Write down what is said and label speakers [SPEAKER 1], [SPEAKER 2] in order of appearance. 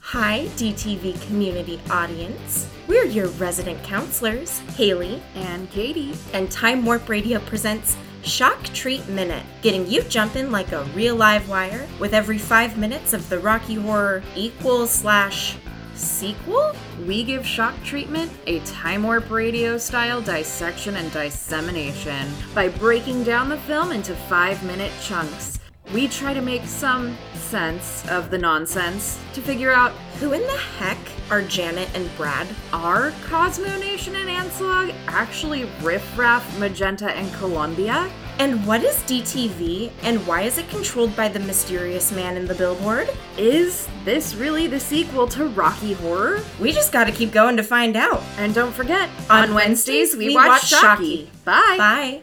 [SPEAKER 1] Hi, DTV community audience. We're your resident counselors, Haley,
[SPEAKER 2] and Katie.
[SPEAKER 1] and Time Warp Radio presents Shock Treat Minute, getting you jumping like a real live wire with every five minutes of the Rocky Horror equal slash sequel?
[SPEAKER 2] We give shock treatment a time warp radio style dissection and dissemination by breaking down the film into five minute chunks. We try to make some sense of the nonsense to figure out
[SPEAKER 1] Who in the heck are Janet and Brad?
[SPEAKER 2] are Cosmo Nation and Anslog actually riffraff, magenta, and Columbia?
[SPEAKER 1] And what is DTV and why is it controlled by the mysterious man in the billboard?
[SPEAKER 2] Is this really the sequel to Rocky Horror?
[SPEAKER 1] We just gotta keep going to find out.
[SPEAKER 2] And don't forget,
[SPEAKER 1] On Wednesdays, we watch Shocky.
[SPEAKER 2] Bye.
[SPEAKER 1] Bye.